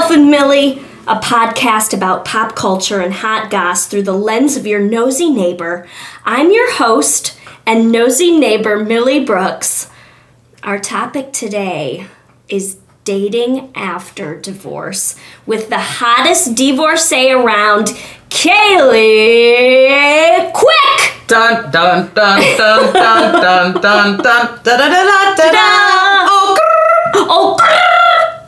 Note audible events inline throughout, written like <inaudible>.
really a podcast about pop culture and hot goss through the lens of your nosy neighbor. I'm your host and nosy neighbor, Millie Brooks. Our topic today is dating after divorce with the hottest divorcee around, Kaylee Quick. Dun dun dun dun dun dun dun dun da da da da da da. Oh, Oh,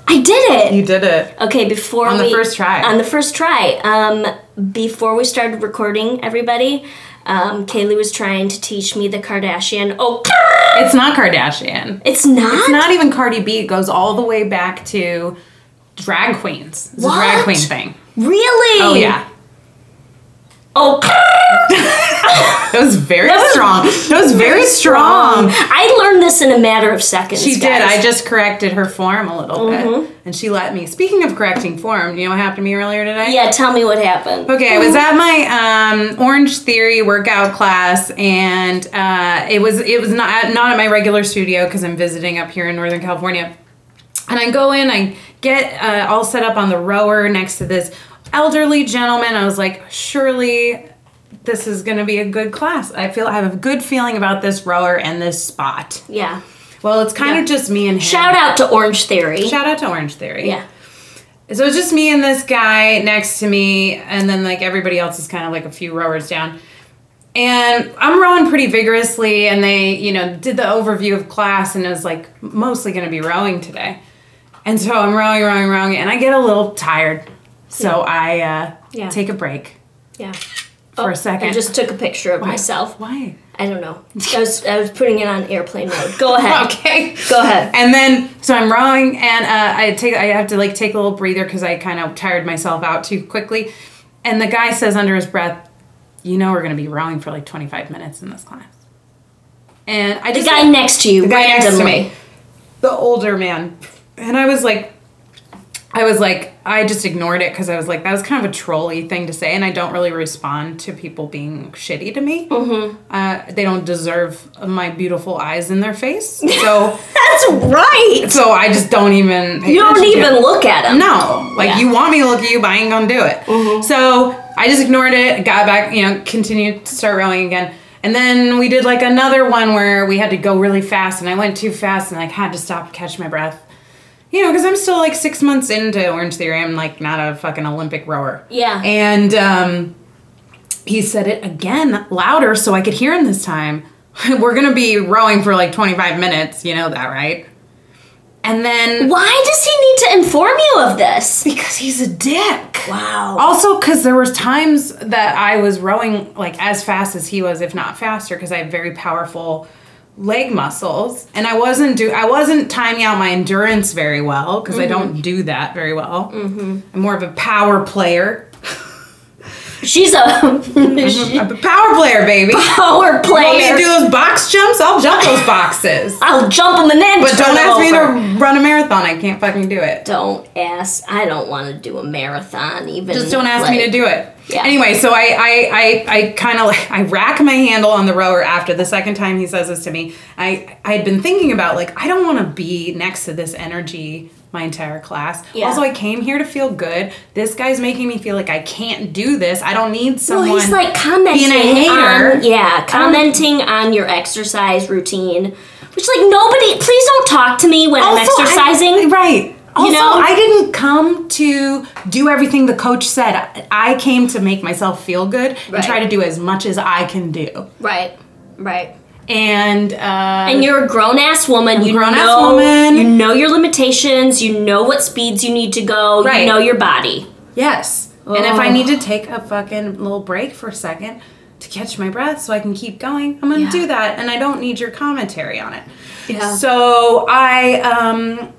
I did it. you did it. Okay, before On the we- first try. on the first try. Um, before we started recording, everybody, um, Kaylee was trying to teach me the Kardashian. Oh, <laughs> It's not Kardashian. it's not. It's not even Cardi B. It goes all the way back to drag queens. It's a What? drag queen thing. really. Oh yeah. Oh, <laughs> That was very strong. That was very strong. I learned this in a matter of seconds. She did. guys. I just corrected her form a little bit. And she let me. Speaking of correcting form, you know what happened to me earlier today? yeah. Tell me what happened. Okay, I was at my um, Orange Theory workout class, and uh, it was it was not not at my regular studio because I'm visiting up here in Northern California. And I go in, I get uh, all set up on the rower next to this elderly gentleman. I was like, surely this is going to be a good class. I feel I have a good feeling about this rower and this spot. Yeah. Well, it's kind of just me and him. Shout out to Orange Theory. Shout out to Orange Theory. yeah. So it's just me and this guy next to me, and then like everybody else is kind of like a few rowers down. And I'm rowing pretty vigorously, and they, you know, did the overview of class, and it was like mostly going to be rowing today. And so I'm rowing, rowing, rowing, and I get a little tired. So I uh, Yeah. take a break Yeah. for Oh, a second. I just took a picture of myself. Why? <laughs> I don't know. I was I was putting it on airplane mode. <laughs> Go ahead. Okay. Go ahead. And then, so I'm rowing, and uh, I take, I have to like take a little breather because I kind of tired myself out too quickly. And the guy says under his breath, "You know, we're going to be rowing for like 25 minutes in this class." And I The just guy next to you the guy next randomly. to me, the older man, and I was like, I was like, I just ignored it because I was like, that was kind of a trolly thing to say, and I don't really respond to people being shitty to me. Mm-hmm. Uh, they don't deserve my beautiful eyes in their face, so. <laughs> That's right. So I just don't even. pay You don't attention to even it. look at him. No, like Yeah. Mm-hmm. you want me to look at you, but I ain't gonna do it. So I just ignored it. Got back, you know, continued to start rowing again. And then we did like another one where we had to go really fast, and I went too fast, and like had to stop, catch my breath. You know, because I'm still like six months into Orange Theory. I'm like not a fucking Olympic rower. Yeah. And um, he said it again louder, so I could hear him this time. <laughs> We're gonna be rowing for like 25 minutes. You know that, right? And then Why does he need to inform you of this? Oh, because he's a dick. Wow. Also, because there was times that I was rowing like as fast as he was, if not faster, because I have very powerful leg muscles, and I wasn't do I wasn't timing out my endurance very well because I don't Mm-hmm. do that very well. I'm more of a power player. She's <laughs> a I'm a power player, baby. power Want me to player. do those box jumps? I'll jump those <laughs> boxes. I'll jump him and then But turn don't ask me over. to run a marathon. I can't fucking do it. Don't ask. I don't want to do a marathon even. Just don't ask me to do it. Yeah. Anyway, so I I I, I kind of like, I rack my handle on the rower after the second time he says this to me. I I had been thinking about like I don't want to be next to this energy my entire class. Yeah. Also, I came here to feel good. This guy's making me feel like I can't do this. I don't need Well, someone. he's like commenting being a hater. on yeah, commenting on your exercise routine, which like nobody. Please don't talk to me when I'm Also, I- exercising. right. Also, know? I didn't come to do everything the coach said. I- I came to make myself feel good Right. and try to do as much as I can do. right. Right. And uh, And you're a grown ass woman. You grown-ass know, woman. You know your limitations. You know what speeds you need to go. You Right. know your body. Yes. And if Ugh. I need to take a fucking little break for a second to catch my breath so I can keep going, I'm gonna Yeah. do that. And I don't need your commentary on it. Yeah. So I um,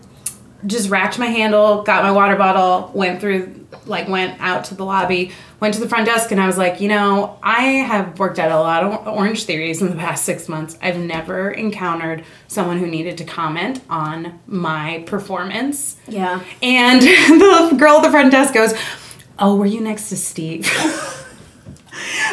just racked my handle, got my water bottle, went through, like, went out to the lobby, went to the front desk, and I was like, you know, I have worked at a lot of Orange Theories in the past six months. I've never encountered someone who needed to comment on my performance. Yeah. And <laughs> the girl at the front desk goes, Oh, were you next to Steve? <laughs>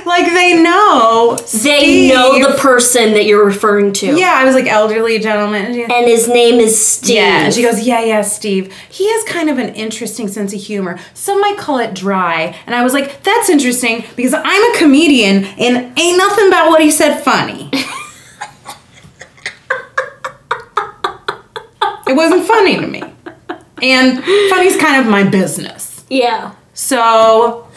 Like they know. They Steve. know the person that you're referring to. Yeah, I was like elderly gentleman. And she- And his name is Steve. Yeah, and she goes, yeah, yeah, Steve. He has kind of an interesting sense of humor. Some might call it dry. And I was like, that's interesting because I'm a comedian and ain't nothing about what he said funny. <laughs> it wasn't funny to me. And funny's kind of my business. yeah. So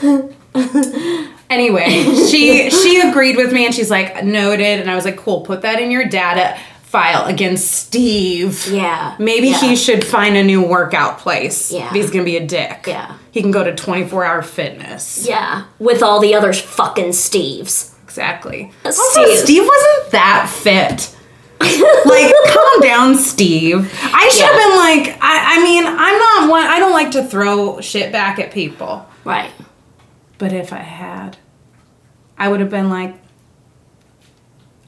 anyway, she she agreed with me and she's like noted and I was like cool, put that in your data file against Steve. Yeah. Maybe Yeah. he should find a new workout place. Yeah. If he's going to be a dick. Yeah. He can go to 24-hour fitness. Yeah. With all the other fucking Steves. Exactly. That's Also, Steve. Steve. wasn't that fit. <laughs> like, calm down, Steve. I should have Yeah. been like, I, I mean, I'm not one, I don't like to throw shit back at people. Right. But if I had, I would have been like,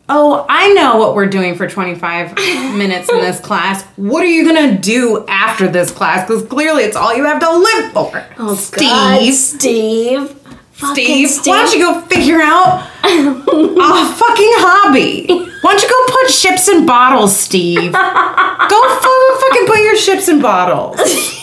oh, I know what we're doing <laughs> for 25 minutes in this class. What are you going to do after this class? Because clearly it's all you have to live for. Oh, Steve. God, Steve. Fucking Steve, why don't you go figure <laughs> out a fucking hobby? Why don't you go put ships in bottles, <laughs> Steve? Go fu- fucking put your ships in bottles.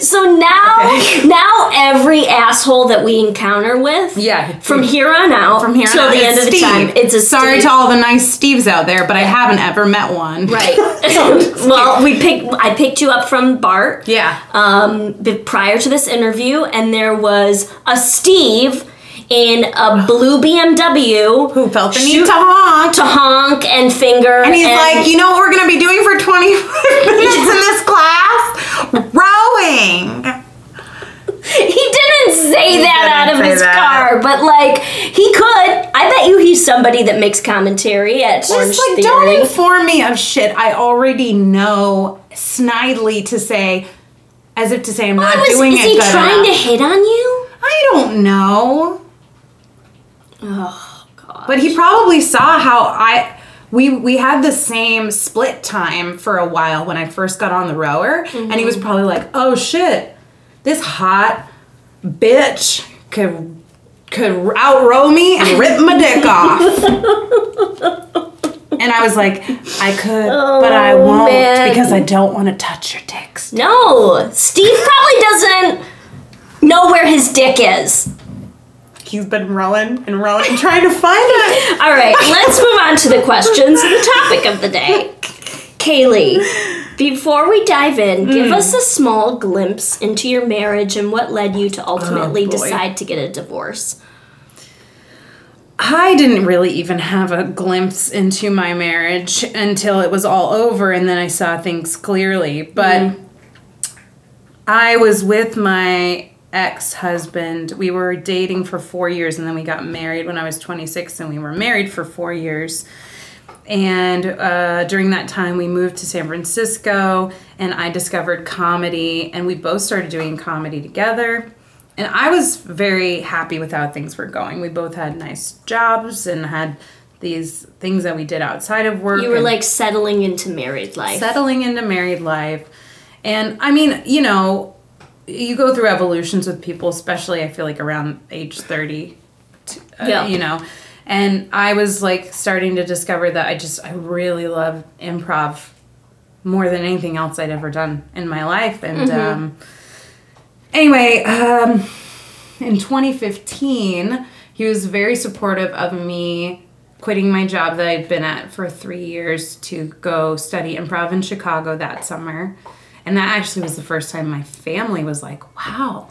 So now, Okay. <laughs> now every asshole that we encounter with, Yeah. from here on out, from here till on out, the end it's of the time, Steve. it's a sorry Steve. to all the nice Steves out there, but I haven't ever met one. <laughs> Right. <laughs> well, we picked. I picked you up from Bart. Yeah. Um, b- prior to this interview, and there was a Steve in a blue BMW Who felt the shoot need to honk? to honk and finger, And he's like, you know what we're gonna be doing for 25 <laughs> minutes in this class? Rowing. <laughs> he didn't say that didn't out of say his that. car, but like he could. I bet you he's somebody that makes commentary at Orange Just like, Theory. don't inform me of shit I already know snidely to say, as if to say I'm not What was- doing Oh, is it he good trying enough. to hit on you? I don't know. Oh god. But he probably saw how I we we had the same split time for a while when I first got on the rower and he was Mm-hmm. probably like, "Oh shit. This hot bitch could could outrow me and rip <laughs> my dick off." and I was like, "I could, but I Oh, won't man. because I don't want to touch your dicks." No, Steve probably doesn't know where his dick is. He's been rowing and rowing and trying to find it. All right, let's move on to the questions and the topic of the day. Kaylee, before we dive in, give us a small glimpse into your marriage and what led you to ultimately Oh, boy. decide to get a divorce. I didn't really even have a glimpse into my marriage until it was all over and then I saw things clearly. But I was with my ex husband. We were dating for four years and then we got married when I was 26 and we were married for four years. And uh, during that time, we moved to San Francisco and I discovered comedy and we both started doing comedy together. And I was very happy with how things were going. We both had nice jobs and had these things that we did outside of work. You were and- like settling into married life. settling into married life and i mean you know you go through evolutions with people especially i feel like around age 30 t- uh, Yeah. you know and i was like starting to discover that i just i really love improv more than anything else i'd ever done in my life and um, anyway um, in 2015 he was very supportive of me quitting my job that i'd been at for three years to go study improv in chicago that summer and that actually was the first time my family was like wow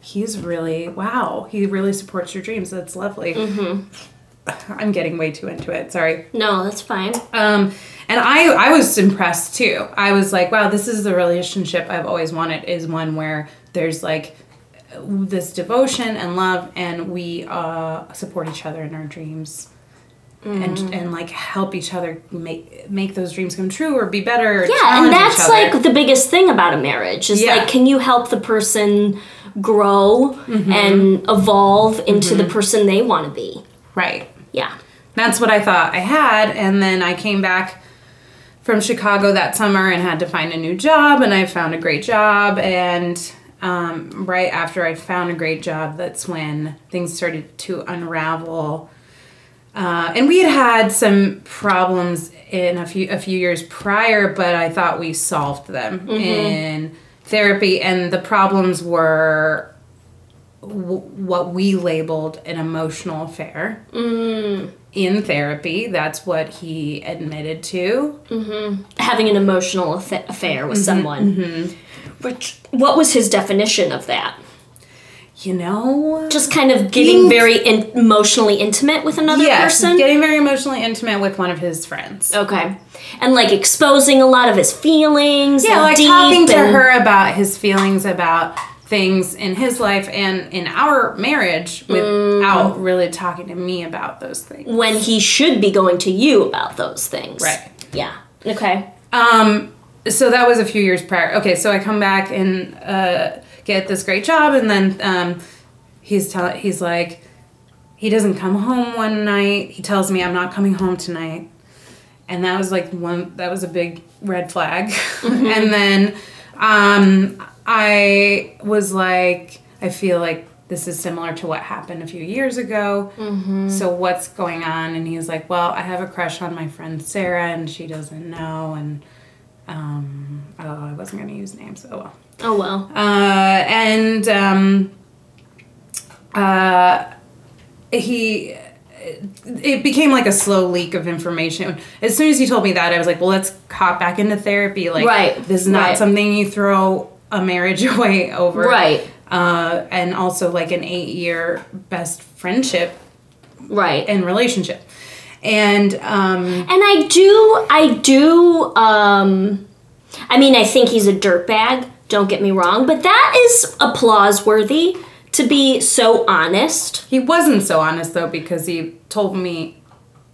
he's really wow he really supports your dreams that's lovely Mm-hmm. i'm getting way too into it sorry no, that's fine. um, and I, I was impressed too. I was like, wow, this is the relationship I've always wanted is one where there's like this devotion and love, and we uh, support each other in our dreams. Mm. And, and like help each other make make those dreams come true or be better. or Yeah, and challenge each that's other. like the biggest thing about a marriage is Yeah. like, can you help the person grow Mm-hmm. and evolve into the person they want to be? right. Yeah. That's what I thought I had. And then I came back from Chicago that summer and had to find a new job. And I found a great job. And um, right after I found a great job, that's when things started to unravel. Uh, and we had had some problems in a few a few years prior, but I thought we solved them in therapy. And the problems were w- what we labeled an emotional affair in therapy. That's what he admitted to. having an emotional affa- affair Mm-hmm, with someone. Which, what was his definition of that? You know, Just kind of getting Being- very in- emotionally intimate with another yes, person? Oh, getting very emotionally intimate with one of his friends. Okay. And like exposing a lot of his feelings. Yeah, and like deep talking to and- her about his feelings about things in his life and in our marriage Mm. without really talking to me about those things. when he should be going to you about those things. Right. Yeah. Okay. Um, so that was a few years prior. Okay, so I come back and uh, get this great job, and then um, he's tell he's like, he doesn't come home one night. He tells me I'm not coming home tonight, and that was like one that was a big red flag. <laughs> and then um, I was like, I feel like this is similar to what happened a few years ago. So what's going on? And he's like, well, I have a crush on my friend Sarah, and she doesn't know, and um, oh, I wasn't gonna use names. Oh well. Oh well. Uh, and um, uh, he, it became like a slow leak of information. As soon as he told me that, I was like, well, let's hop back into therapy. Like, Right, this is not right. something you throw a marriage <laughs> away over. Right. Uh, and also like an eight year best friendship Right. and relationship. And um, And I do, I do, um, I mean, I think he's a dirtbag, don't get me wrong, but that is applause worthy to be so honest. he wasn't so honest though because he told me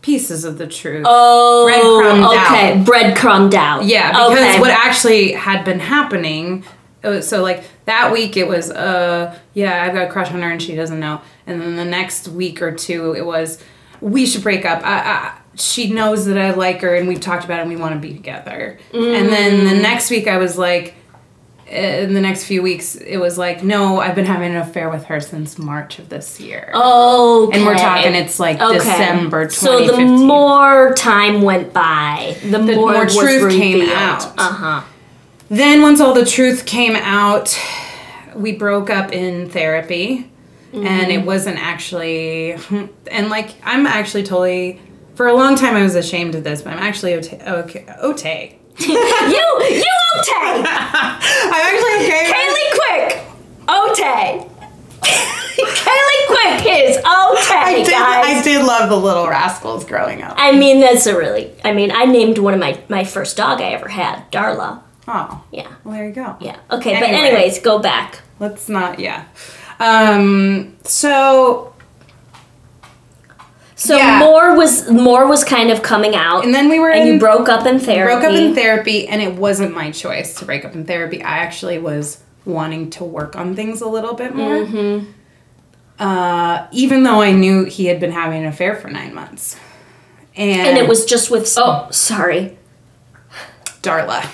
pieces of the truth. Oh, Breadcrumbed out. okay, breadcrumbed out. Yeah, because okay. what actually had been happening. it was- So like that week, it was uh yeah, I've got a crush on her and she doesn't know. And then the next week or two, it was we should break up. I, I, she knows that I like her and we've talked about it and we want to be together. And then Mm. the next week, I was like. eh, In the next few weeks, it was like, no, I've been having an affair with her since March of this year. okay. and we're talking, it's like Okay. December 2015. So the more time went by, the, more, more was truth came revealed. out. <laughs> Uh-huh. then once all the truth came out we broke up in therapy and Mm-hmm. it wasn't actually and like i'm actually totally for a long time i was ashamed of this but i'm actually okay okay, okay. you, you okay! i'm actually okay with it. Kaylee Quick, Otay. <laughs> Kaylee Quick is I Otay, did, guys. I did love the little rascals growing up I mean, that's a really. I mean, I named one of my my first dog I ever had, Darla. oh Yeah, well there you go yeah. Okay, but Anyway. anyways, go back. let's not yeah um so So Yeah. more was more was kind of coming out, and then we were and in you broke up in therapy. broke up in therapy and it wasn't my choice to break up in therapy i actually was wanting to work on things a little bit more uh, even though i knew he had been having an affair for nine months and, and it was just with. Oh, sorry. <laughs> <laughs> darla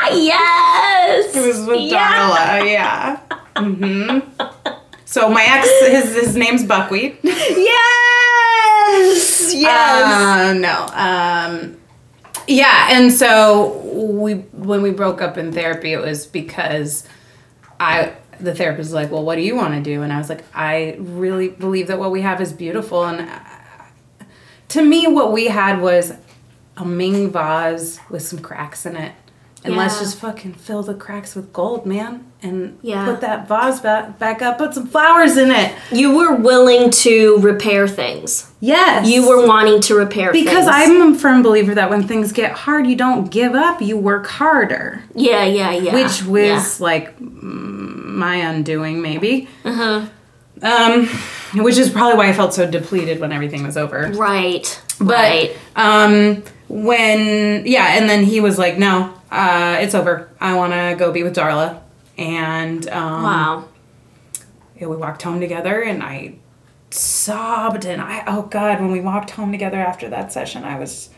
Ah, yes. it was with yeah. darla yeah hmm so my ex his, his name's buckwheat Yes. Yes. <laughs> Uh, no. Um, yeah, and so we when we broke up in therapy, it was because I the therapist was like, "Well, what do you want to do?" And I was like, "I really believe that what we have is beautiful." And uh, to me, what we had was a Ming vase with some cracks in it. And let's Yeah. just fucking fill the cracks with gold, man. And Yeah. put that vase back, back up, put some flowers in it. you were willing to repair things. Yes. You were wanting to repair Because things. I'm a firm believer that when things get hard, you don't give up, you work harder. yeah, yeah, yeah. Which was like like mm, my undoing, maybe. Uh-huh. Um, which is probably why I felt so depleted when everything was over. yeah. right, But right. um, when, yeah, and then he was like, no, uh, it's over. I want to go be with Darla. And um, Wow. yeah, we walked home together and I sobbed and I oh god, when we walked home together after that session, I was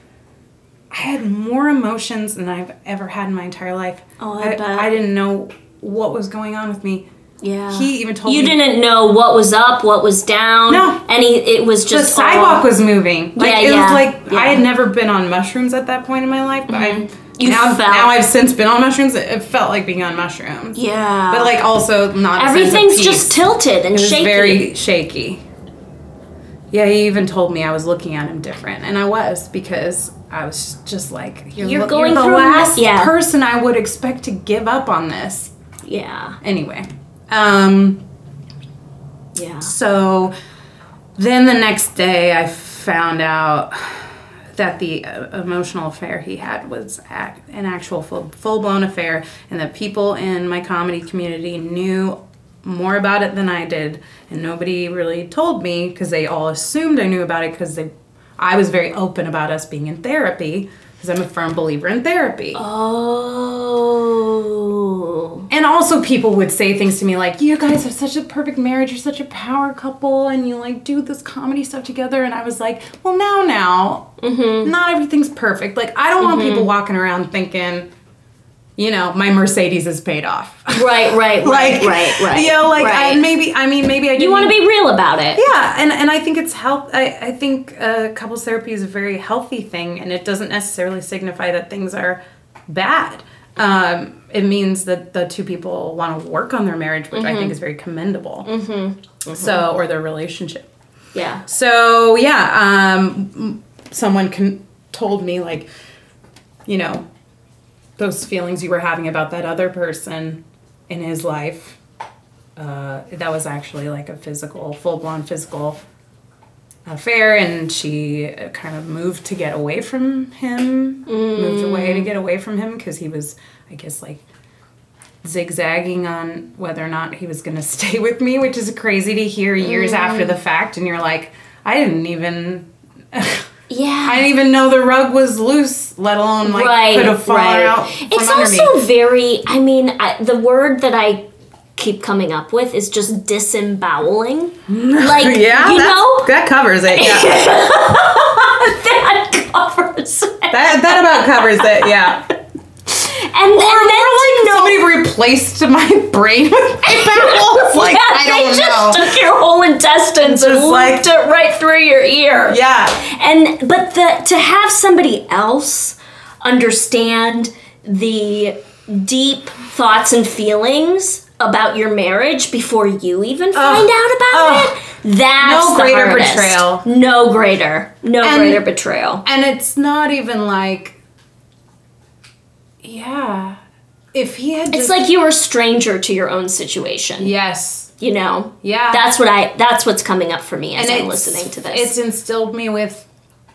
I had more emotions than I've ever had in my entire life. Oh, I bet. I didn't know what was going on with me. Yeah. He even told you me- didn't know what was up, what was down. No. Any it was The just sidewalk all- was moving. Like Yeah, it yeah, was like I yeah. Mm-hmm. had never been on mushrooms at that point in my life, but I You now, felt- now I've since been on mushrooms. It, it felt like being on mushrooms. Yeah. But like also not a sense of everything's peace. just tilted and It was shaky. very shaky. Yeah, he even told me I was looking at him different, and I was because I was just like, "You're, You're lo- going the through a- last yeah. person I would expect to give up on this." yeah. Anyway, um, Yeah. so then the next day, I found out that the uh, emotional affair he had was ac an actual full, full-blown affair, and that people in my comedy community knew more about it than I did, and nobody really told me because they all assumed I knew about it because they, I was very open about us being in therapy because I'm a firm believer in therapy. Oh. And also, people would say things to me like, "You guys are such a perfect marriage. You're such a power couple, and you like do this comedy stuff together." And I was like, "Well, now, now, Mm-hmm. not everything's perfect. Like, I don't want people walking around thinking, you know, my Mercedes is paid off. Right, <laughs> right, right, like, right, right. You know, like right. I, maybe. I mean, maybe I. you didn't want to be real about it. yeah, and, and I think it's help. I, I think uh, couples therapy is a very healthy thing, and it doesn't necessarily signify that things are bad. Um, it means that the two people want to work on their marriage, which I think is very commendable. Mm-hmm. So, or their relationship. Yeah. So yeah, um, m- someone con- told me like, you know, those feelings you were having about that other person in his life. Uh, that was actually like a physical, full blown physical affair, and she uh, kind of moved to get away from him, moved away to get away from him because he was, I guess, like zigzagging on whether or not he was going to <laughs> stay with me, which is crazy to hear Mm. years after the fact. And you're like, I didn't even, <laughs> I Yeah. didn't even know the rug was loose, let alone like right, could have fallen right. out from it's under also me. very. I mean, I, the word that I keep coming up with is just <laughs> disemboweling. Like <laughs> Yeah, you that's- know that covers it. <laughs> Yeah, that covers. it. that that about covers it. Yeah. And, and then to know, Somebody replaced my <laughs> brain with <laughs> vowels. Like yeah, I they don't just know. took your whole intestines and Just looped like- it right through your ear. yeah. And but the to have somebody else understand the deep thoughts and feelings about your marriage before you even find out about Ugh. it, that's No the greater hardest. betrayal. No greater. No And- greater betrayal. And it's not even like Yeah. If he had It's just like you were a stranger to your own situation. Yes. You know? Yeah. That's what I that's what's coming up for me as And I'm it's- listening to It's this. instilled me with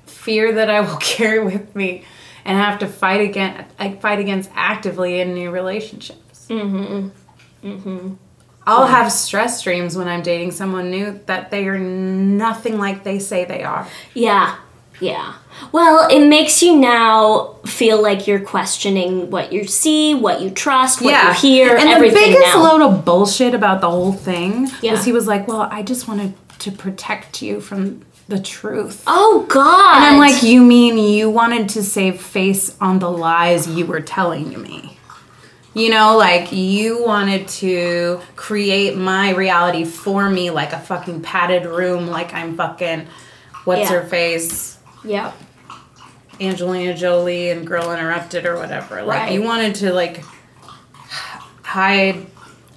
fear that I will <laughs> carry with me and have to fight again I fight against actively in new relationships. Mm-hmm. Mm-hmm. Mm-hmm. I'll have stress dreams when I'm dating someone new that they are nothing like they say they are. Yeah. Yeah. Well, it makes you now feel like you're questioning what you see, what you trust, what you hear, and everything the biggest now. load of bullshit about the whole thing Yeah. was he was like, "Well, I just wanted to protect you from the truth." oh God! And I'm like, you mean you wanted to save face on the lies you were telling me? You know, like you wanted to create my reality for me, like a fucking padded room, like I'm fucking what's Yeah. her face, yeah, Angelina Jolie and Girl Interrupted or whatever. Like Right. you wanted to like hide.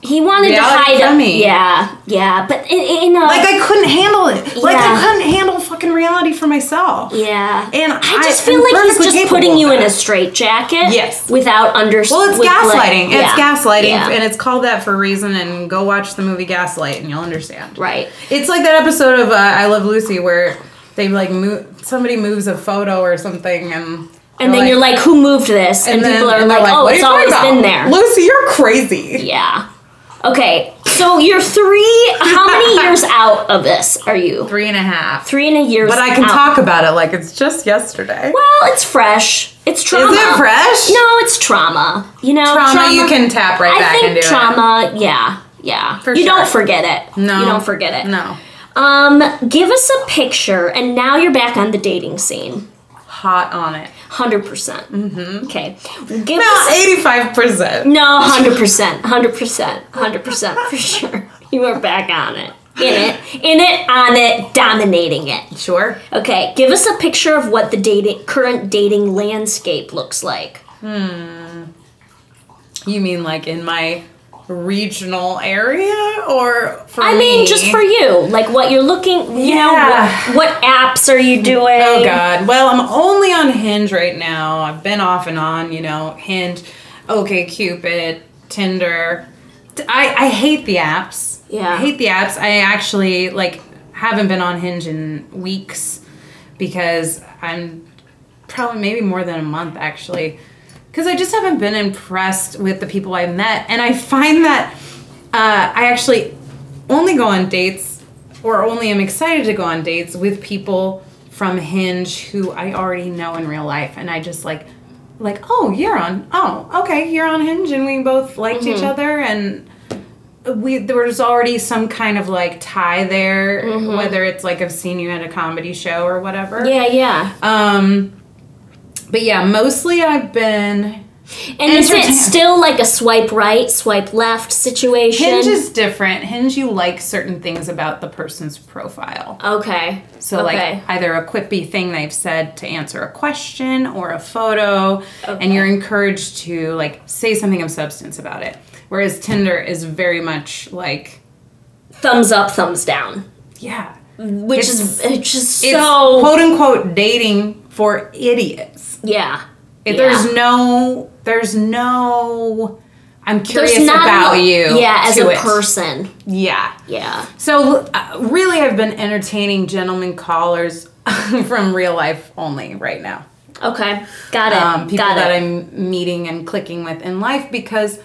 he wanted to Reality hide from a- me. Yeah, yeah, but in, in a Like I couldn't handle it. Like Yeah. I couldn't handle fucking reality for myself. yeah, And I just I feel am like he's perfectly just capable putting of you in that. a straitjacket. Yes. without understanding. Well, it's gaslighting. it's gaslighting, yeah. and it's called that for a reason. And go watch the movie Gaslight, and you'll understand. right. It's like that episode of uh, I Love Lucy where they like mo- somebody moves a photo or something, and And then you're like, "Who moved this?" And, then- people are and they're like, "Oh, what are it's you talking always about? been there." Lucy, you're crazy. Yeah. Okay. So you're three. How <laughs> many years out of this are you? Three and a half. Three and a years. But I can out. talk about it like it's just yesterday. Well, it's fresh. It's trauma. Is it fresh? No, it's trauma. You know, Trauma, you can tap right I back think into trauma. Yeah, yeah. For you sure. don't forget it. No. you don't forget it. it. No. Um, give us a picture, and now you're back on the dating scene. hot on it. 100%. percent Mm-hmm. Okay. Give No, us. 85%. No, 100%. 100%. 100% for sure. You are back on it. In it. In it, on it, dominating it. Sure. Okay, give us a picture of what the dating current dating landscape looks like. You mean like in my regional area or for I mean, me? just for you, like what you're looking. You Yeah. know, what, what apps are you doing? Oh God! Well, I'm only on Hinge right now. I've been off and on, you know, Hinge, OK Cupid, Tinder. I I hate the apps. Yeah. I hate the apps. I actually like haven't been on Hinge in weeks because I'm probably maybe more than a month actually because I just haven't been impressed with the people I met, and I find that uh, I actually only go on dates or only am excited to go on dates with people from Hinge who I already know in real life, and I just like like oh you're on oh okay you're on Hinge, and we both liked each other and. We there was already some kind of like tie there, whether it's like I've seen you at a comedy show or whatever. Yeah, yeah. Um, but yeah, mostly I've been. and is it entertain- still like a swipe right, swipe left situation? Hinge is different. Hinge, you like certain things about the person's profile. okay. So, okay. like either a quippy thing they've said to answer a question or a photo, Okay. and you're encouraged to like say something of substance about it. Whereas Tinder is very much like, thumbs up, thumbs down, yeah, which is It's- it's just it's Mm. so quote unquote dating for idiots. yeah. It- yeah. There's no, there's no. I'm curious not about enough- you. Yeah, as to a it. person. Yeah. Yeah. So uh, really, I've been entertaining gentlemen callers <laughs> from real life only right now. Okay. Got it. Um, people Got that it. I'm meeting and clicking with in life because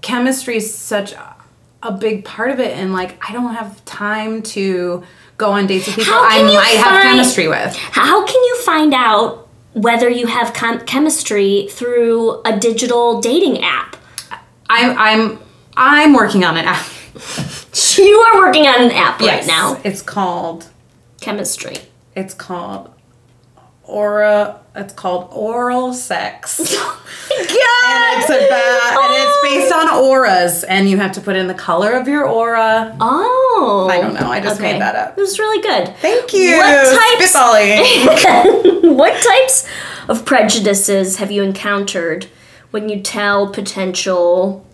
chemistry is such a, a big part of it, and like I don't have time to go on dates with people How I can you might have find- chemistry with. How can you find out whether you have chem- chemistry through a digital dating app? <laughs> I'm I'm I'm working <laughs> on an app You are working on an app yes. right now. It's called Chemistry. it's called aura. It's called oral <laughs> sex. And God! it's about, and Oh. it's based on auras, and you have to put in the color of your aura. Oh. I don't know. I just made that up. It was really good. Thank you. What types- <laughs> Spitballing. What types of prejudices have you encountered when you tell potential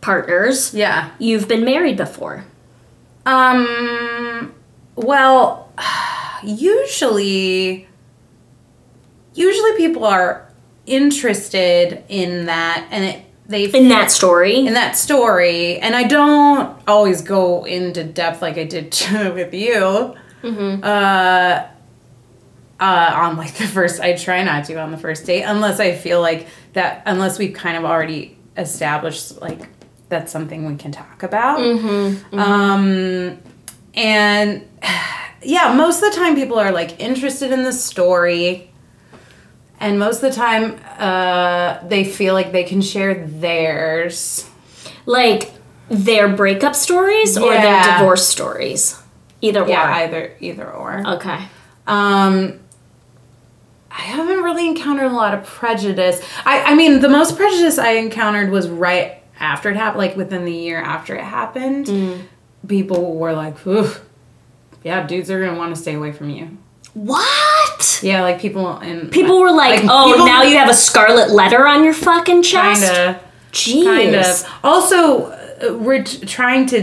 partners <laughs> yeah. you've been married before? Um. Well, usually, usually people are interested in that, and it they In that story? in that story, and I don't always go into depth like I did <laughs> with you. Uh, uh, on like the first, I try not to on the first date unless I feel like that. Unless we've kind of already established like that's something we can talk about. Um, and <sighs> yeah, most of the time people are like interested in the story. And most of the time, uh, they feel like they can share theirs. like their breakup stories or their Yeah. divorce stories? Either Yeah, one. either either or. okay. Um, I haven't really encountered a lot of prejudice. I I mean, the most prejudice I encountered was right after it happened, like within the year after it happened. People were like, "Oof, yeah, dudes are gonna want to stay away from you." What? Yeah, like people and People were like, Like, "Oh, people- now you have a scarlet letter on your fucking chest." kind of. Jeez. kind of also uh, we're t- trying to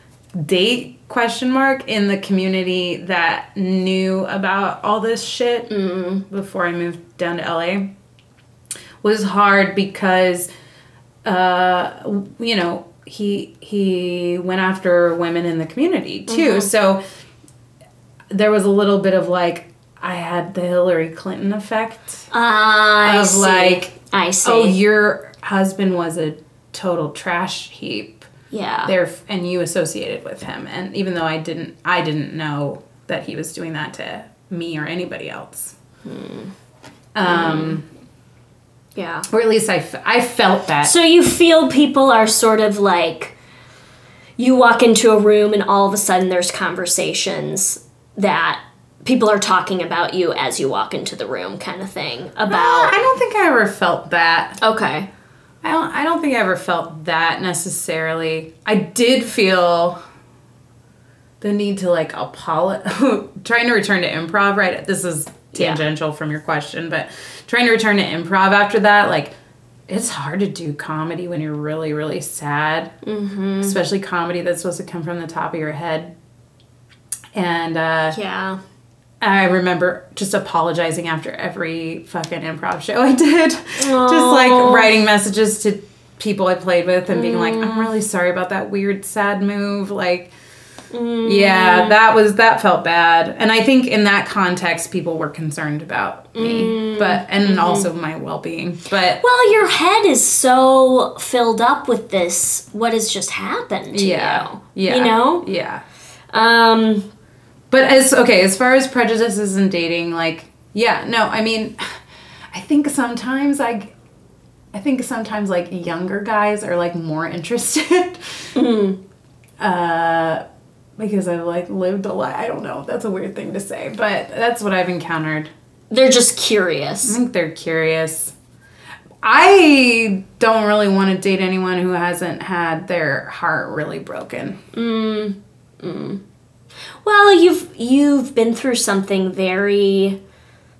<laughs> date question mark in the community that knew about all this shit Mm-hmm. before i moved down to la was hard because uh w- you know he he went after women in the community too Mm-hmm. so there was a little bit of like i had the hillary clinton effect I Of, see. like, I see. Oh, your husband was a total trash heap. yeah. There and you associated with him, and even though I didn't, I didn't know that he was doing that to me or anybody else, um, yeah. or at least I, f- I felt that. So you feel people are sort of like you walk into a room and all of a sudden there's conversations that people are talking about you as you walk into the room kind of thing I about don't think I ever felt that. okay I don't. I don't think I ever felt that necessarily. I did feel the need to like apologize. <laughs> trying to return to improv. Right. This is Yeah. tangential from your question, but trying to return to improv after that, like. It's hard to do comedy when you're really, really sad, mm-hmm. especially comedy that's supposed to come from the top of your head. And uh, yeah I remember just apologizing after every fucking improv show I did. Just like writing messages to people I played with and being like, Mm. I'm really sorry about that weird sad move. Like, Mm. yeah, that was, that felt bad. And I think in that context, people were concerned about me, Mm. but, and Mm-hmm. also my well being. But well your head is so filled up with this what has just happened to yeah, you yeah. you know Yeah. um But as okay, as far as prejudices and dating, like yeah, no, I mean, <sighs> I think sometimes I, I think sometimes like younger guys are like more <laughs> interested, uh, because I've like lived a lot. I don't know. That's a weird thing to say, but that's what I've encountered. they're just curious I think they're curious. I don't really want to date anyone who hasn't had their heart really broken. Well, you've you've been through something very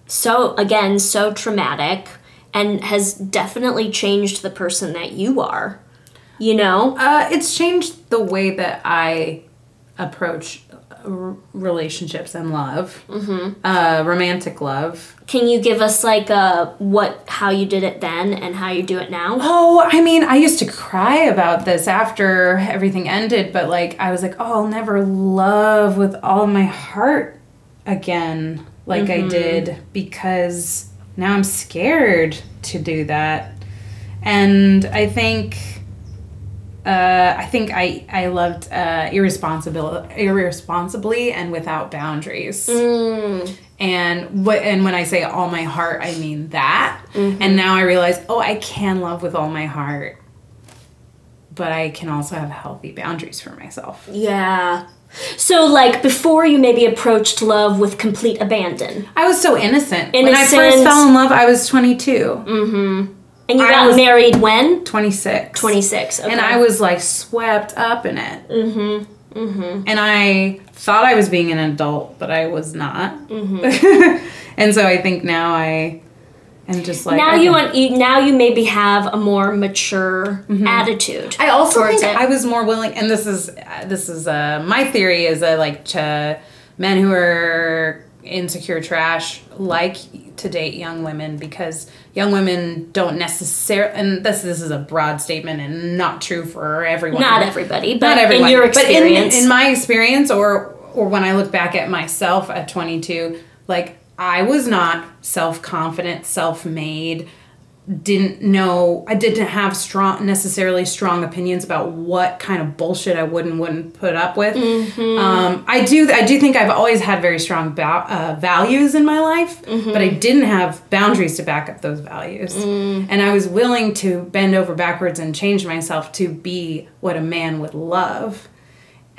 so again, so traumatic and has definitely changed the person that you are. You know? Uh, it's changed the way that I approach r- relationships and love, mm-hmm. uh, romantic love. Can you give us like a what how you did it then and how you do it now? Oh, I mean, I used to cry about this after everything ended, but like, I was like, oh, I'll never love with all my heart again, like I did, because now I'm scared to do that. And I think. Uh, I think I, I loved uh, irresponsible irresponsibly and without boundaries and what and when i say all my heart i mean that Mm-hmm. and now i realize oh i can love with all my heart but i can also have healthy boundaries for myself Yeah. So like before you maybe approached love with complete abandon. i was so innocent, when i first Innocent. Mm. fell in love i was 22 And you I got was- married when? 26 Twenty six. Okay. and i was like swept up in it mm-hmm. Mm-hmm. and i thought i was being an adult but i was not Mm-hmm. <laughs> and so i think now i am just like now okay. you want you, now you maybe have a more mature attitude. Mm-hmm. I also towards think it. I was more willing, and this is uh, this is uh, my theory is that like ch- men who are insecure trash like to date young women because young women don't necessarily, and this this is a broad statement and not true for everyone. Not everybody, but Not everyone. in your But experience. in, in my experience, or or when I look back at myself at 22, like I was not self confident, self made. Didn't know. I didn't have strong, necessarily strong opinions about what kind of bullshit I would and wouldn't put up with. Mm-hmm. Um, I do. I do think I've always had very strong ba- uh, values in my life, Mm-hmm. but I didn't have boundaries to back up those values, Mm. and I was willing to bend over backwards and change myself to be what a man would love.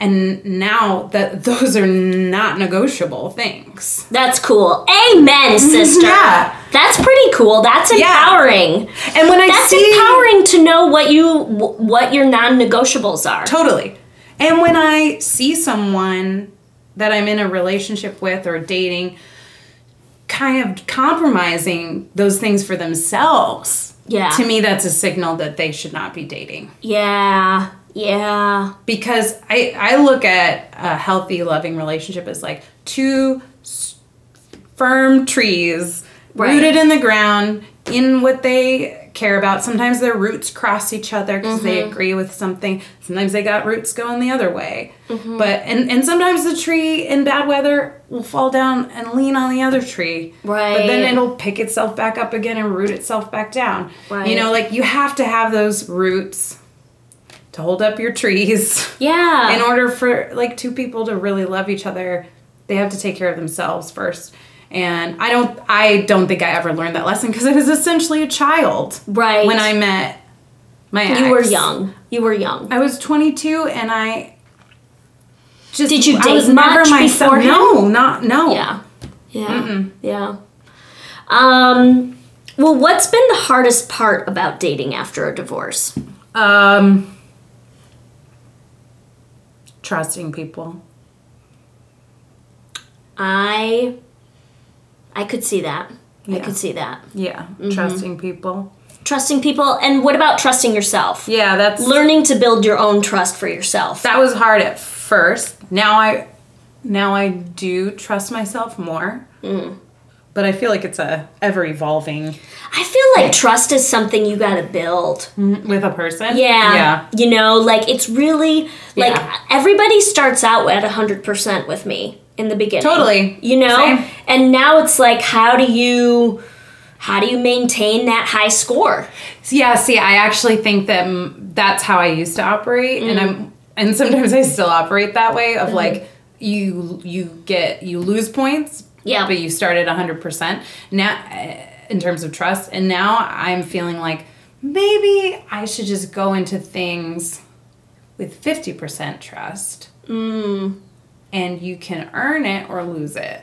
And now that those are not negotiable things. That's cool. Amen, sister. Mm-hmm, Yeah. That's pretty cool. That's empowering. And when I That's see empowering to know what you wh- what your non-negotiables are. Totally. And when I see someone that I'm in a relationship with or dating kind of compromising those things for themselves, Yeah. to me that's a signal that they should not be dating. Yeah. Yeah. Because I, I look at a healthy, loving relationship as like two s- firm trees Right. rooted in the ground in what they care about. Sometimes their roots cross each other because they Mm-hmm. agree with something. Sometimes they got roots going the other way. Mm-hmm. But and, and sometimes the tree in bad weather will fall down and lean on the other tree. But then Right. it'll pick itself back up again and root itself back down. You Right. know, like you have to have those roots to hold up your trees Yeah. in order for like two people to really love each other they have to take care of themselves first and i don't i don't think i ever learned that lesson because i was essentially a child right. when i met my ex. you were young. You were young. i was 22 and i just Did you I date was never much myself beforehand? no not no Yeah. Yeah. Yeah. Um, well, what's been the hardest part about dating after a divorce? Um, trusting people. I I could see that. I Yeah. could see that. Yeah, trusting people. Trusting people and what about trusting yourself? Yeah, that's Learning to build your own trust for yourself. that was hard at first. Now I now I do trust myself more. But I feel like it's a ever evolving I feel like trust is something you got to build. with a person. Yeah. Yeah. You know, like it's really like Yeah. everybody starts out at 100% with me in the beginning. Totally. You know? Same. And now it's like how do you how do you maintain that high score? Yeah, see, I actually think that mm, that's how I used to operate and I'm and sometimes I still operate that way of like you you get you lose points Yeah. but you start at 100% now uh, in terms of trust and now i'm feeling like maybe i should just go into things with 50% trust and you can earn it or lose it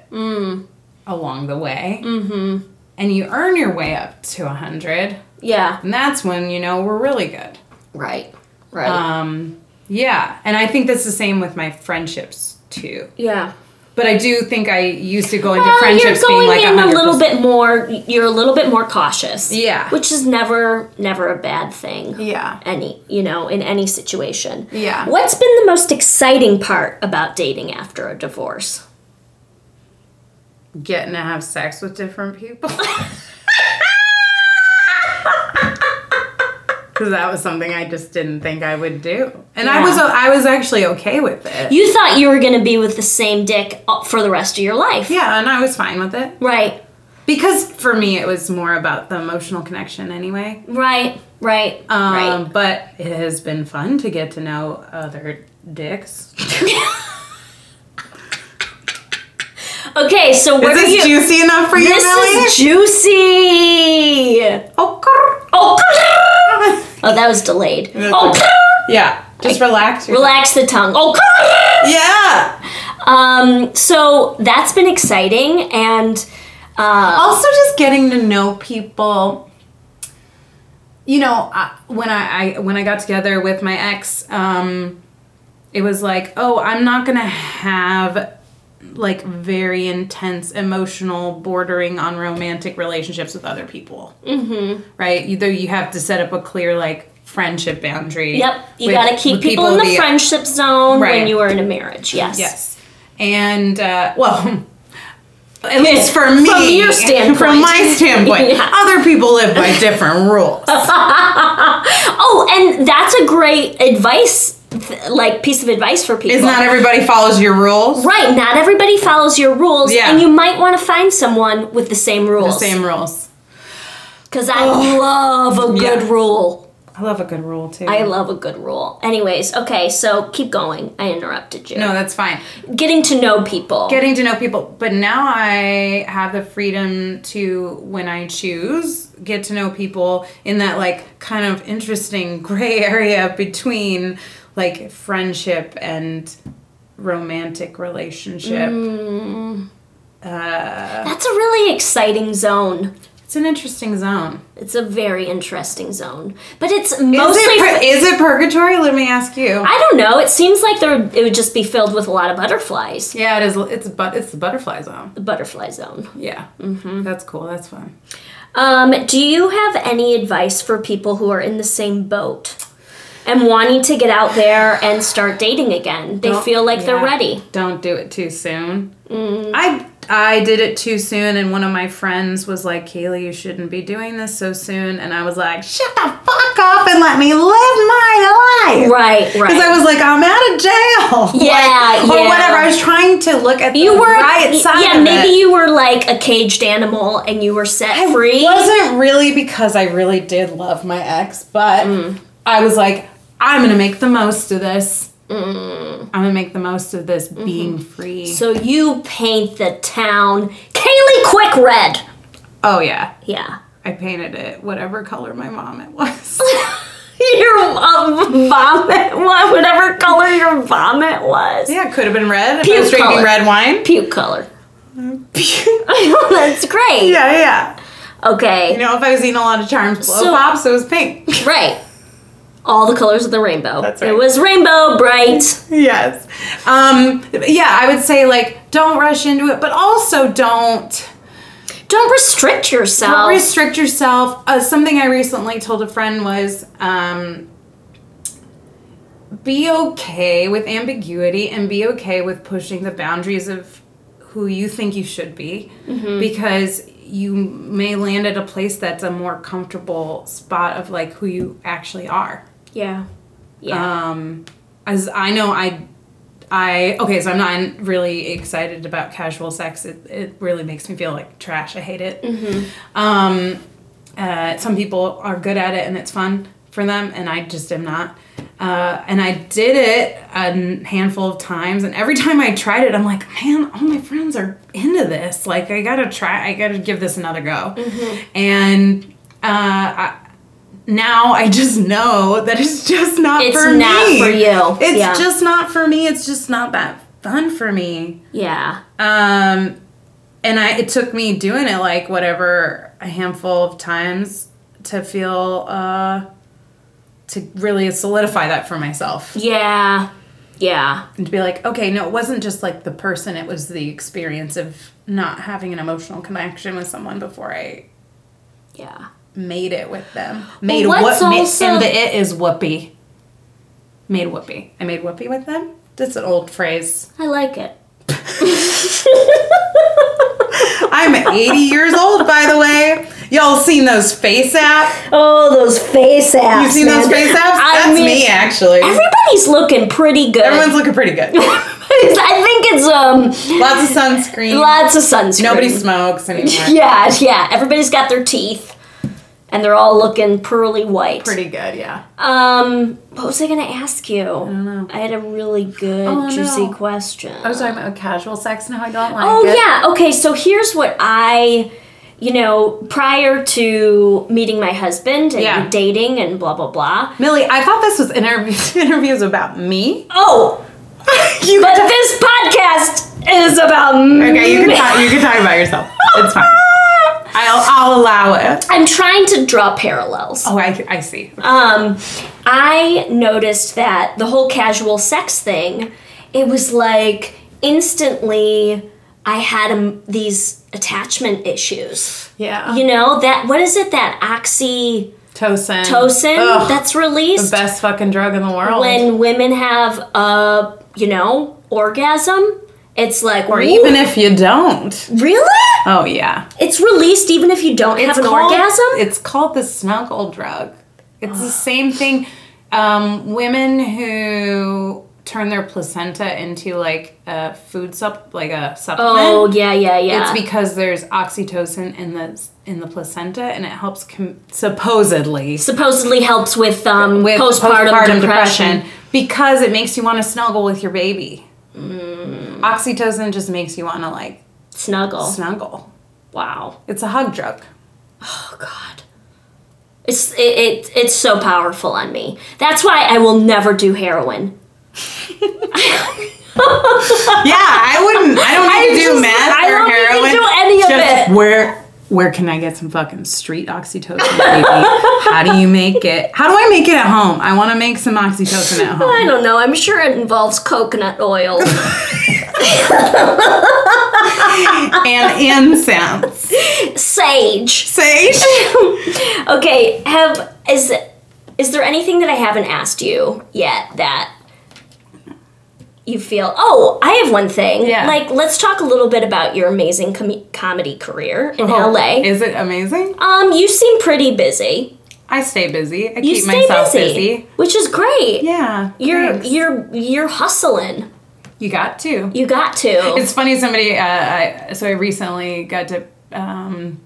along the way mm-hmm. and you earn your way up to 100 Yeah. and that's when you know we're really good Right. Right. um, yeah and i think that's the same with my friendships too yeah. but i do think i used to go into Well, friendships you're going being like in a 100%. little bit more. You're a little bit more cautious. Yeah. which is never, never a bad thing. Yeah. any you know in any situation. Yeah. What's been the most exciting part about dating after a divorce? getting to have sex with different <laughs> people. <laughs> Because that was something I just didn't think I would do, and I was Yeah. I was actually okay with it. You thought you were going to be with the same dick uh, for the rest of your life. yeah, and I was fine with it Right. because for me it was more about the emotional connection anyway. Right. Right. Um, right. But it has been fun to get to know other dicks. <laughs> Okay. So what Is are <laughs> this you? juicy enough for you, this Millie? is juicy. oh, grr. Oh. Oh, that was delayed. Oh. yeah. Just relax. yourself. Relax the tongue. Oh. Yeah. Um, so that's been exciting, and uh, also just getting to know people you know I, when I, I when i got together with my ex um it was like oh i'm not gonna have like very intense emotional bordering on romantic relationships with other people mm-hmm. right you, though you have to set up a clear like friendship boundary yep, you with- gotta keep with people, in the that- friendship zone when Right. you are in a marriage. Yes. Yes. And, uh, well, <laughs> at least for me, From your standpoint. <laughs> from my <laughs> standpoint, Yeah. other people live by different rules. Oh, and that's a great advice, th- like piece of advice for people. Is not everybody follows your rules? right? Not everybody follows your rules, Yeah. and you might want to find someone with the same The rules. same rules. Because I love a good Yeah. rule. I love a good rule too. I love a good rule. Anyways, okay, so keep going. I interrupted you. no, that's fine. Getting to know people. Getting to know people, but now I have the freedom to, when I choose, get to know people in that like kind of interesting <laughs> gray area between like friendship and romantic relationship. that's a really exciting zone. It's an interesting zone. It's a very interesting zone, but it's Is mostly. it, pur- is it purgatory? Let me ask you. I don't know. It seems like there it would just be filled with a lot of butterflies. yeah, it is. It's but it's the butterfly zone. The butterfly zone. Yeah, mm-hmm. that's cool. That's fun. Um, do you have any advice for people who are in the same boat and wanting to get out there and start dating again? They Don't- feel like they're yeah. ready. Mm. Don't do it too soon. I I did it too soon, and one of my friends was like, "Kaylee, you shouldn't be doing this so soon," and I was like, "Shut the fuck up and let me live my life." Right, Because I right. was like, I'm out of jail. Yeah, Like, Or yeah. whatever. I was trying to look at You the were, right y- side yeah. of Maybe it. you were like a caged animal and you were set free. It wasn't really because I really did love my ex, but Mm. I was like, I'm gonna make the most of this. Mm. I'm gonna make the most of this Mm-hmm. being free. So you paint the town, Kaylee Quick red. oh yeah, Yeah. <laughs> I painted it whatever color my mom it was. <laughs> your um, vomit, <laughs> wa- whatever color your vomit was. yeah, it could have been red if I Puke was drinking <laughs> color. red wine. Puke color. That's great. Yeah, yeah. Okay. You know, if I was eating a lot of Charms Blow So- Pops, it was pink. <laughs> Right. All the colors of the rainbow. That's It right. was rainbow bright. yes. Um, yeah, I would say, like, don't rush into it, but also don't. Don't restrict yourself. Don't restrict yourself. Uh, something I recently told a friend was um, be okay with ambiguity and be okay with pushing the boundaries of who you think you should be because you may land at a place that's a more comfortable spot of like who you actually are. yeah. Yeah. Um, as I know, I, I okay, so I'm not really excited about casual sex. It, it really makes me feel like trash. I hate it. Um, uh, some people are good at it and it's fun for them, and I just am not. Uh, and I did it a handful of times, and every time I tried it, I'm like, man, all my friends are into this. Like, I gotta try. I gotta give this another go. And uh, I, now I just know that it's just not It's for not me. for you. It's Yeah. just not for me. It's just not that fun for me. yeah. Um, and I it took me doing it like whatever a handful of times to feel uh to really solidify that for myself Yeah. Yeah. and to be like, okay, no, it wasn't just like the person; it was the experience of not having an emotional connection with someone before I Yeah. made it with them. Made let's what? ma- also- and the it is whoopee. Made whoopee. I made whoopee with them. That's an old phrase. I like it. <laughs> I'm <laughs> 80 years old, by the way. Y'all seen those face apps? Oh, those face apps. You seen those face apps? That's me, actually. Everybody's looking pretty good. Everyone's looking pretty good. <laughs> I think it's um Lots of sunscreen. lots of sunscreen. Nobody smokes anymore. <laughs> Yeah, yeah. Everybody's got their teeth, and they're all looking pearly white. Pretty good, yeah. Um, what was I gonna ask you? I don't know. had a really good Oh, juicy no. question. I was talking about oh, casual sex and how I don't like oh it. yeah. Okay, so here's what I, you know, prior to meeting my husband and Yeah. dating and blah blah blah. Millie, I thought this was interview- <laughs> interviews about me. <laughs> Oh, You but this podcast is about me. Okay, you can talk, you can talk about yourself. It's fine. I'll, I'll allow it. <laughs> I'm trying to draw parallels. Oh, I, I see. Um, I noticed that the whole casual sex thing, it was like instantly I had um, these attachment issues. Yeah. You know that what is it that oxytocin Tosin. Ugh, that's released best fucking drug in the world. when women have a you know orgasm? It's like or even if you don't. really Oh, yeah. it's released even if you don't have an called- orgasm. It's called the snuggle drug. It's the same thing. Um, women who turn their placenta into like a food sup, like a supplement. oh yeah yeah yeah. It's because there's oxytocin in the in the placenta, and it helps com- supposedly supposedly helps with um with postpartum, depression. because it makes you want to snuggle with your baby. Mm. Oxytocin just makes you want to like Snuggle. snuggle. wow. It's a hug drug. Oh God. It's it, it it's so powerful on me. That's why I will never do heroin. Yeah, I wouldn't. <laughs> I don't need I to do just- meth I or don't need to heroin. do any of Just it. Where where can I get some fucking street oxytocin, baby? How do you make it? How do I make it at home? I want to make some oxytocin at home. I don't know. I'm sure it involves coconut <laughs> oil. and incense. <laughs> Sage. <laughs> Sage. Okay, have is is there anything that I haven't asked you yet that you feel oh i have one thing Yeah. like let's talk a little bit about your amazing com- comedy career in la Oh, Is it amazing? um you seem pretty busy I stay busy. I you keep stay myself busy, busy. which is great. Yeah. You're thanks. you're you're hustling. You got to. You got to. It's funny. Somebody. Uh, I, so I recently got to um,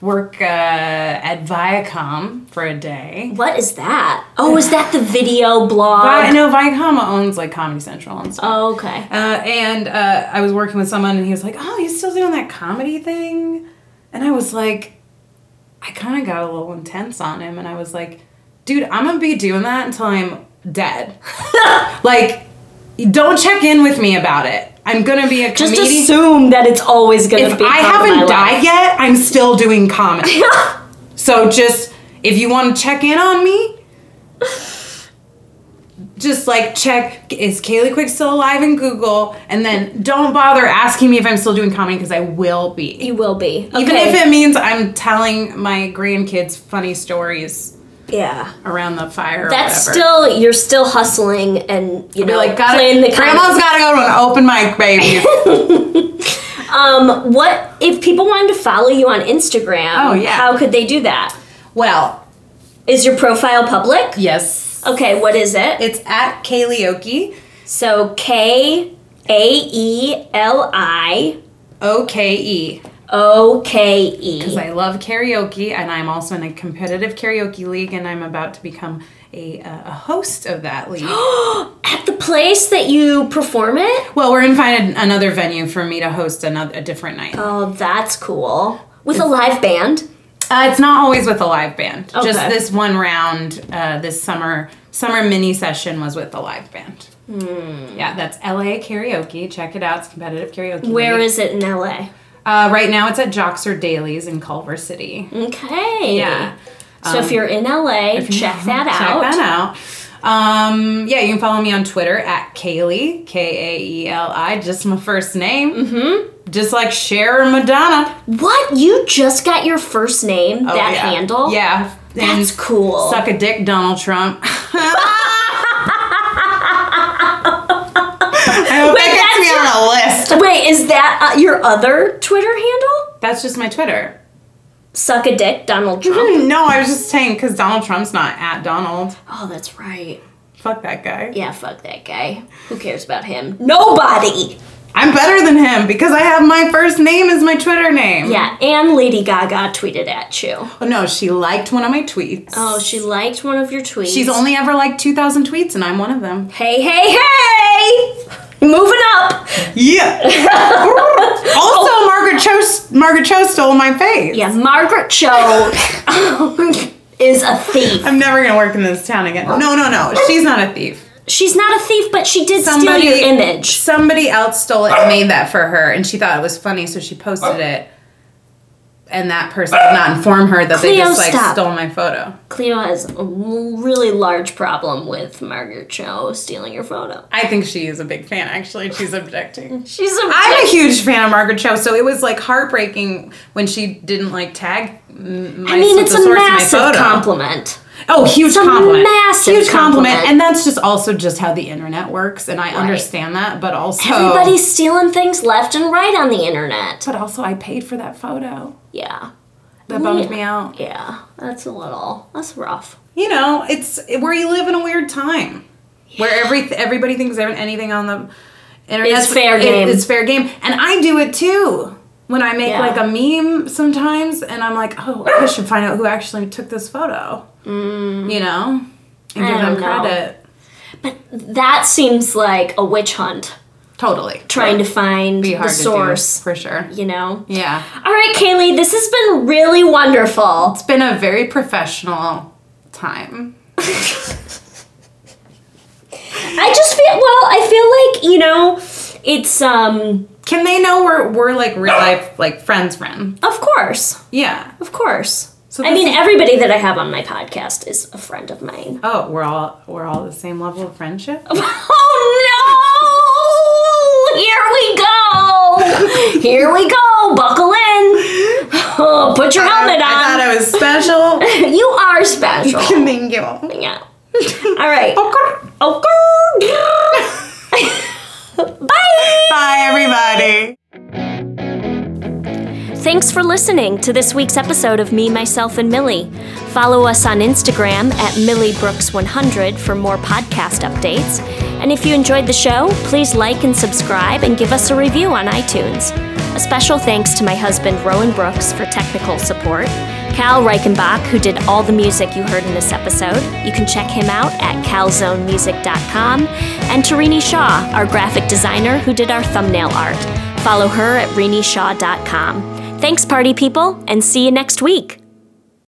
work uh, at Viacom for a day. what is that? Oh, is that the video I blog? know Viacom owns like Comedy Central and stuff. Oh, okay. Uh, and uh, I was working with someone, and he was like, "Oh, you still doing that comedy thing?" And I was like, I kind of got a little intense on him, and I was like, "Dude, I'm gonna be doing <laughs> that until I'm dead. like, don't check in with me about it. I'm gonna be a Just comedian. assume that it's always going to if be. part of I my haven't life. died yet, I'm still doing comedy. so just if you want to check in on me, just like check is Kaylee Quick still alive in Google, and then don't bother asking me if I'm still doing comedy because I will be. <laughs> You will be. Okay. Even if it means I'm telling my grandkids funny stories yeah, around the fire. that's or whatever. still you're still hustling and you Be know like gotta, playing the kind grandma's gotta go to an open mic, <laughs> baby. Um, what if people wanted to follow you on Instagram? Oh, yeah. How could they do that? well, Is your profile public? yes, Okay, what is it? it's at Kaylee So K A E L I O K E. O K E. because I love karaoke and I'm also in a competitive karaoke league and I'm about to become a, uh, a host of <gasps> that league. At the place that you perform it? well, we're gonna find an- another venue for me to host another a different night. Oh, that's cool. With a live band? Uh, it's not always with a live band. Just Okay. this one round uh, this summer summer mini session was with a live band. Hmm. Yeah, that's LA karaoke. Check it out. It's competitive karaoke. Where league. is it in LA? uh, right now? It's at Joxer Dailies in Culver City. Okay. Yeah. Um, So if you're in LA, <laughs> check that out. Check that out. Um, yeah, you can follow me on Twitter at Kaylee, K A E L I, just my first name. Mm-hmm. Just like Cher and Madonna. What? You just got your first name, Oh, that yeah. handle? Yeah. And That's cool. suck a dick, Donald Trump. <laughs> I hope that gets me on a list. Wait, is that uh, your other Twitter handle? That's just my Twitter. Mm, Suck a dick, Donald Trump. No, I was just saying because Donald Trump's not at Donald. oh, that's right. Fuck that guy. Yeah, fuck that guy. Who cares about him? Nobody. I'm better than him because I have my first name as my Twitter name. Yeah, and Lady Gaga tweeted at you. Oh no, she liked one of my tweets. Oh, she liked one of your tweets. She's only ever liked 2,000 tweets, and I'm one of them. Hey, hey, hey! Moving up. <laughs> Yeah. also, Margaret Cho Margaret Cho stole my face. Yeah, Margaret Cho is a thief. I'm never gonna work in this town again. No, no, no. She's not a thief. She's not a thief, but she did steal your image. Somebody else stole it and made that for her, and she thought it was funny, so she posted it. And that person did not inform her that they Cleo, just like stop. stole my photo. Cleo has a really large problem with Margaret Cho stealing your photo. I think she is a big fan. Actually, she's objecting. She's a I'm a huge fan of Margaret Cho, so it was like heartbreaking when she didn't like tag. m- My, I mean, the it's source a of my massive photo. compliment. Oh, huge a compliment! massive huge compliment. compliment. and that's just also just how the internet works, and I understand that. But also, Everybody's stealing things left and right on the internet. But also, I paid for that photo. Yeah. That bummed Yeah. me out. Yeah. That's a little, that's rough. You know, it's where you live in a weird time, where every everybody thinks ev- anything on the internet It's fair game. It's fair game, and I do it too. When I make Yeah. like a meme sometimes, and I'm like, oh, <gasps> I should find out who actually took this photo. You know, Mm. and I give them don't know. credit. But that seems like a witch hunt, Totally trying to find be hard the to do, source, for sure. you know? Yeah, All right, Kaylee, this has been really wonderful. it's been a very professional time. I just feel, well, I feel like, you know, it's, um, Can they know we're we're like real life like friends, friend? of course. Yeah. Of course. So I this mean, everybody that I have on my podcast is a friend of mine. <laughs> Oh, we're all we're all the same level of friendship. Oh <laughs> no! Here we go! Here we go! Buckle in! Oh, put your helmet on! I thought it was special. you are special. <laughs> Thank you. yeah. All right. Oh, Okay. Bye! Bye, everybody. Thanks for listening to this week's episode of Me, Myself, and Millie. Follow us on Instagram at MillieBrooks100 for more podcast updates. And if you enjoyed the show, please like and subscribe and give us a review on iTunes. A special thanks to my husband, Rowan Brooks, for technical support, Cal Reichenbach, who did all the music you heard in this episode. You can check him out at calzonemusic.com, and Tarini Shaw, our graphic designer, who did our thumbnail art. Follow her at renishaw.com. Thanks, party people, and see you next week.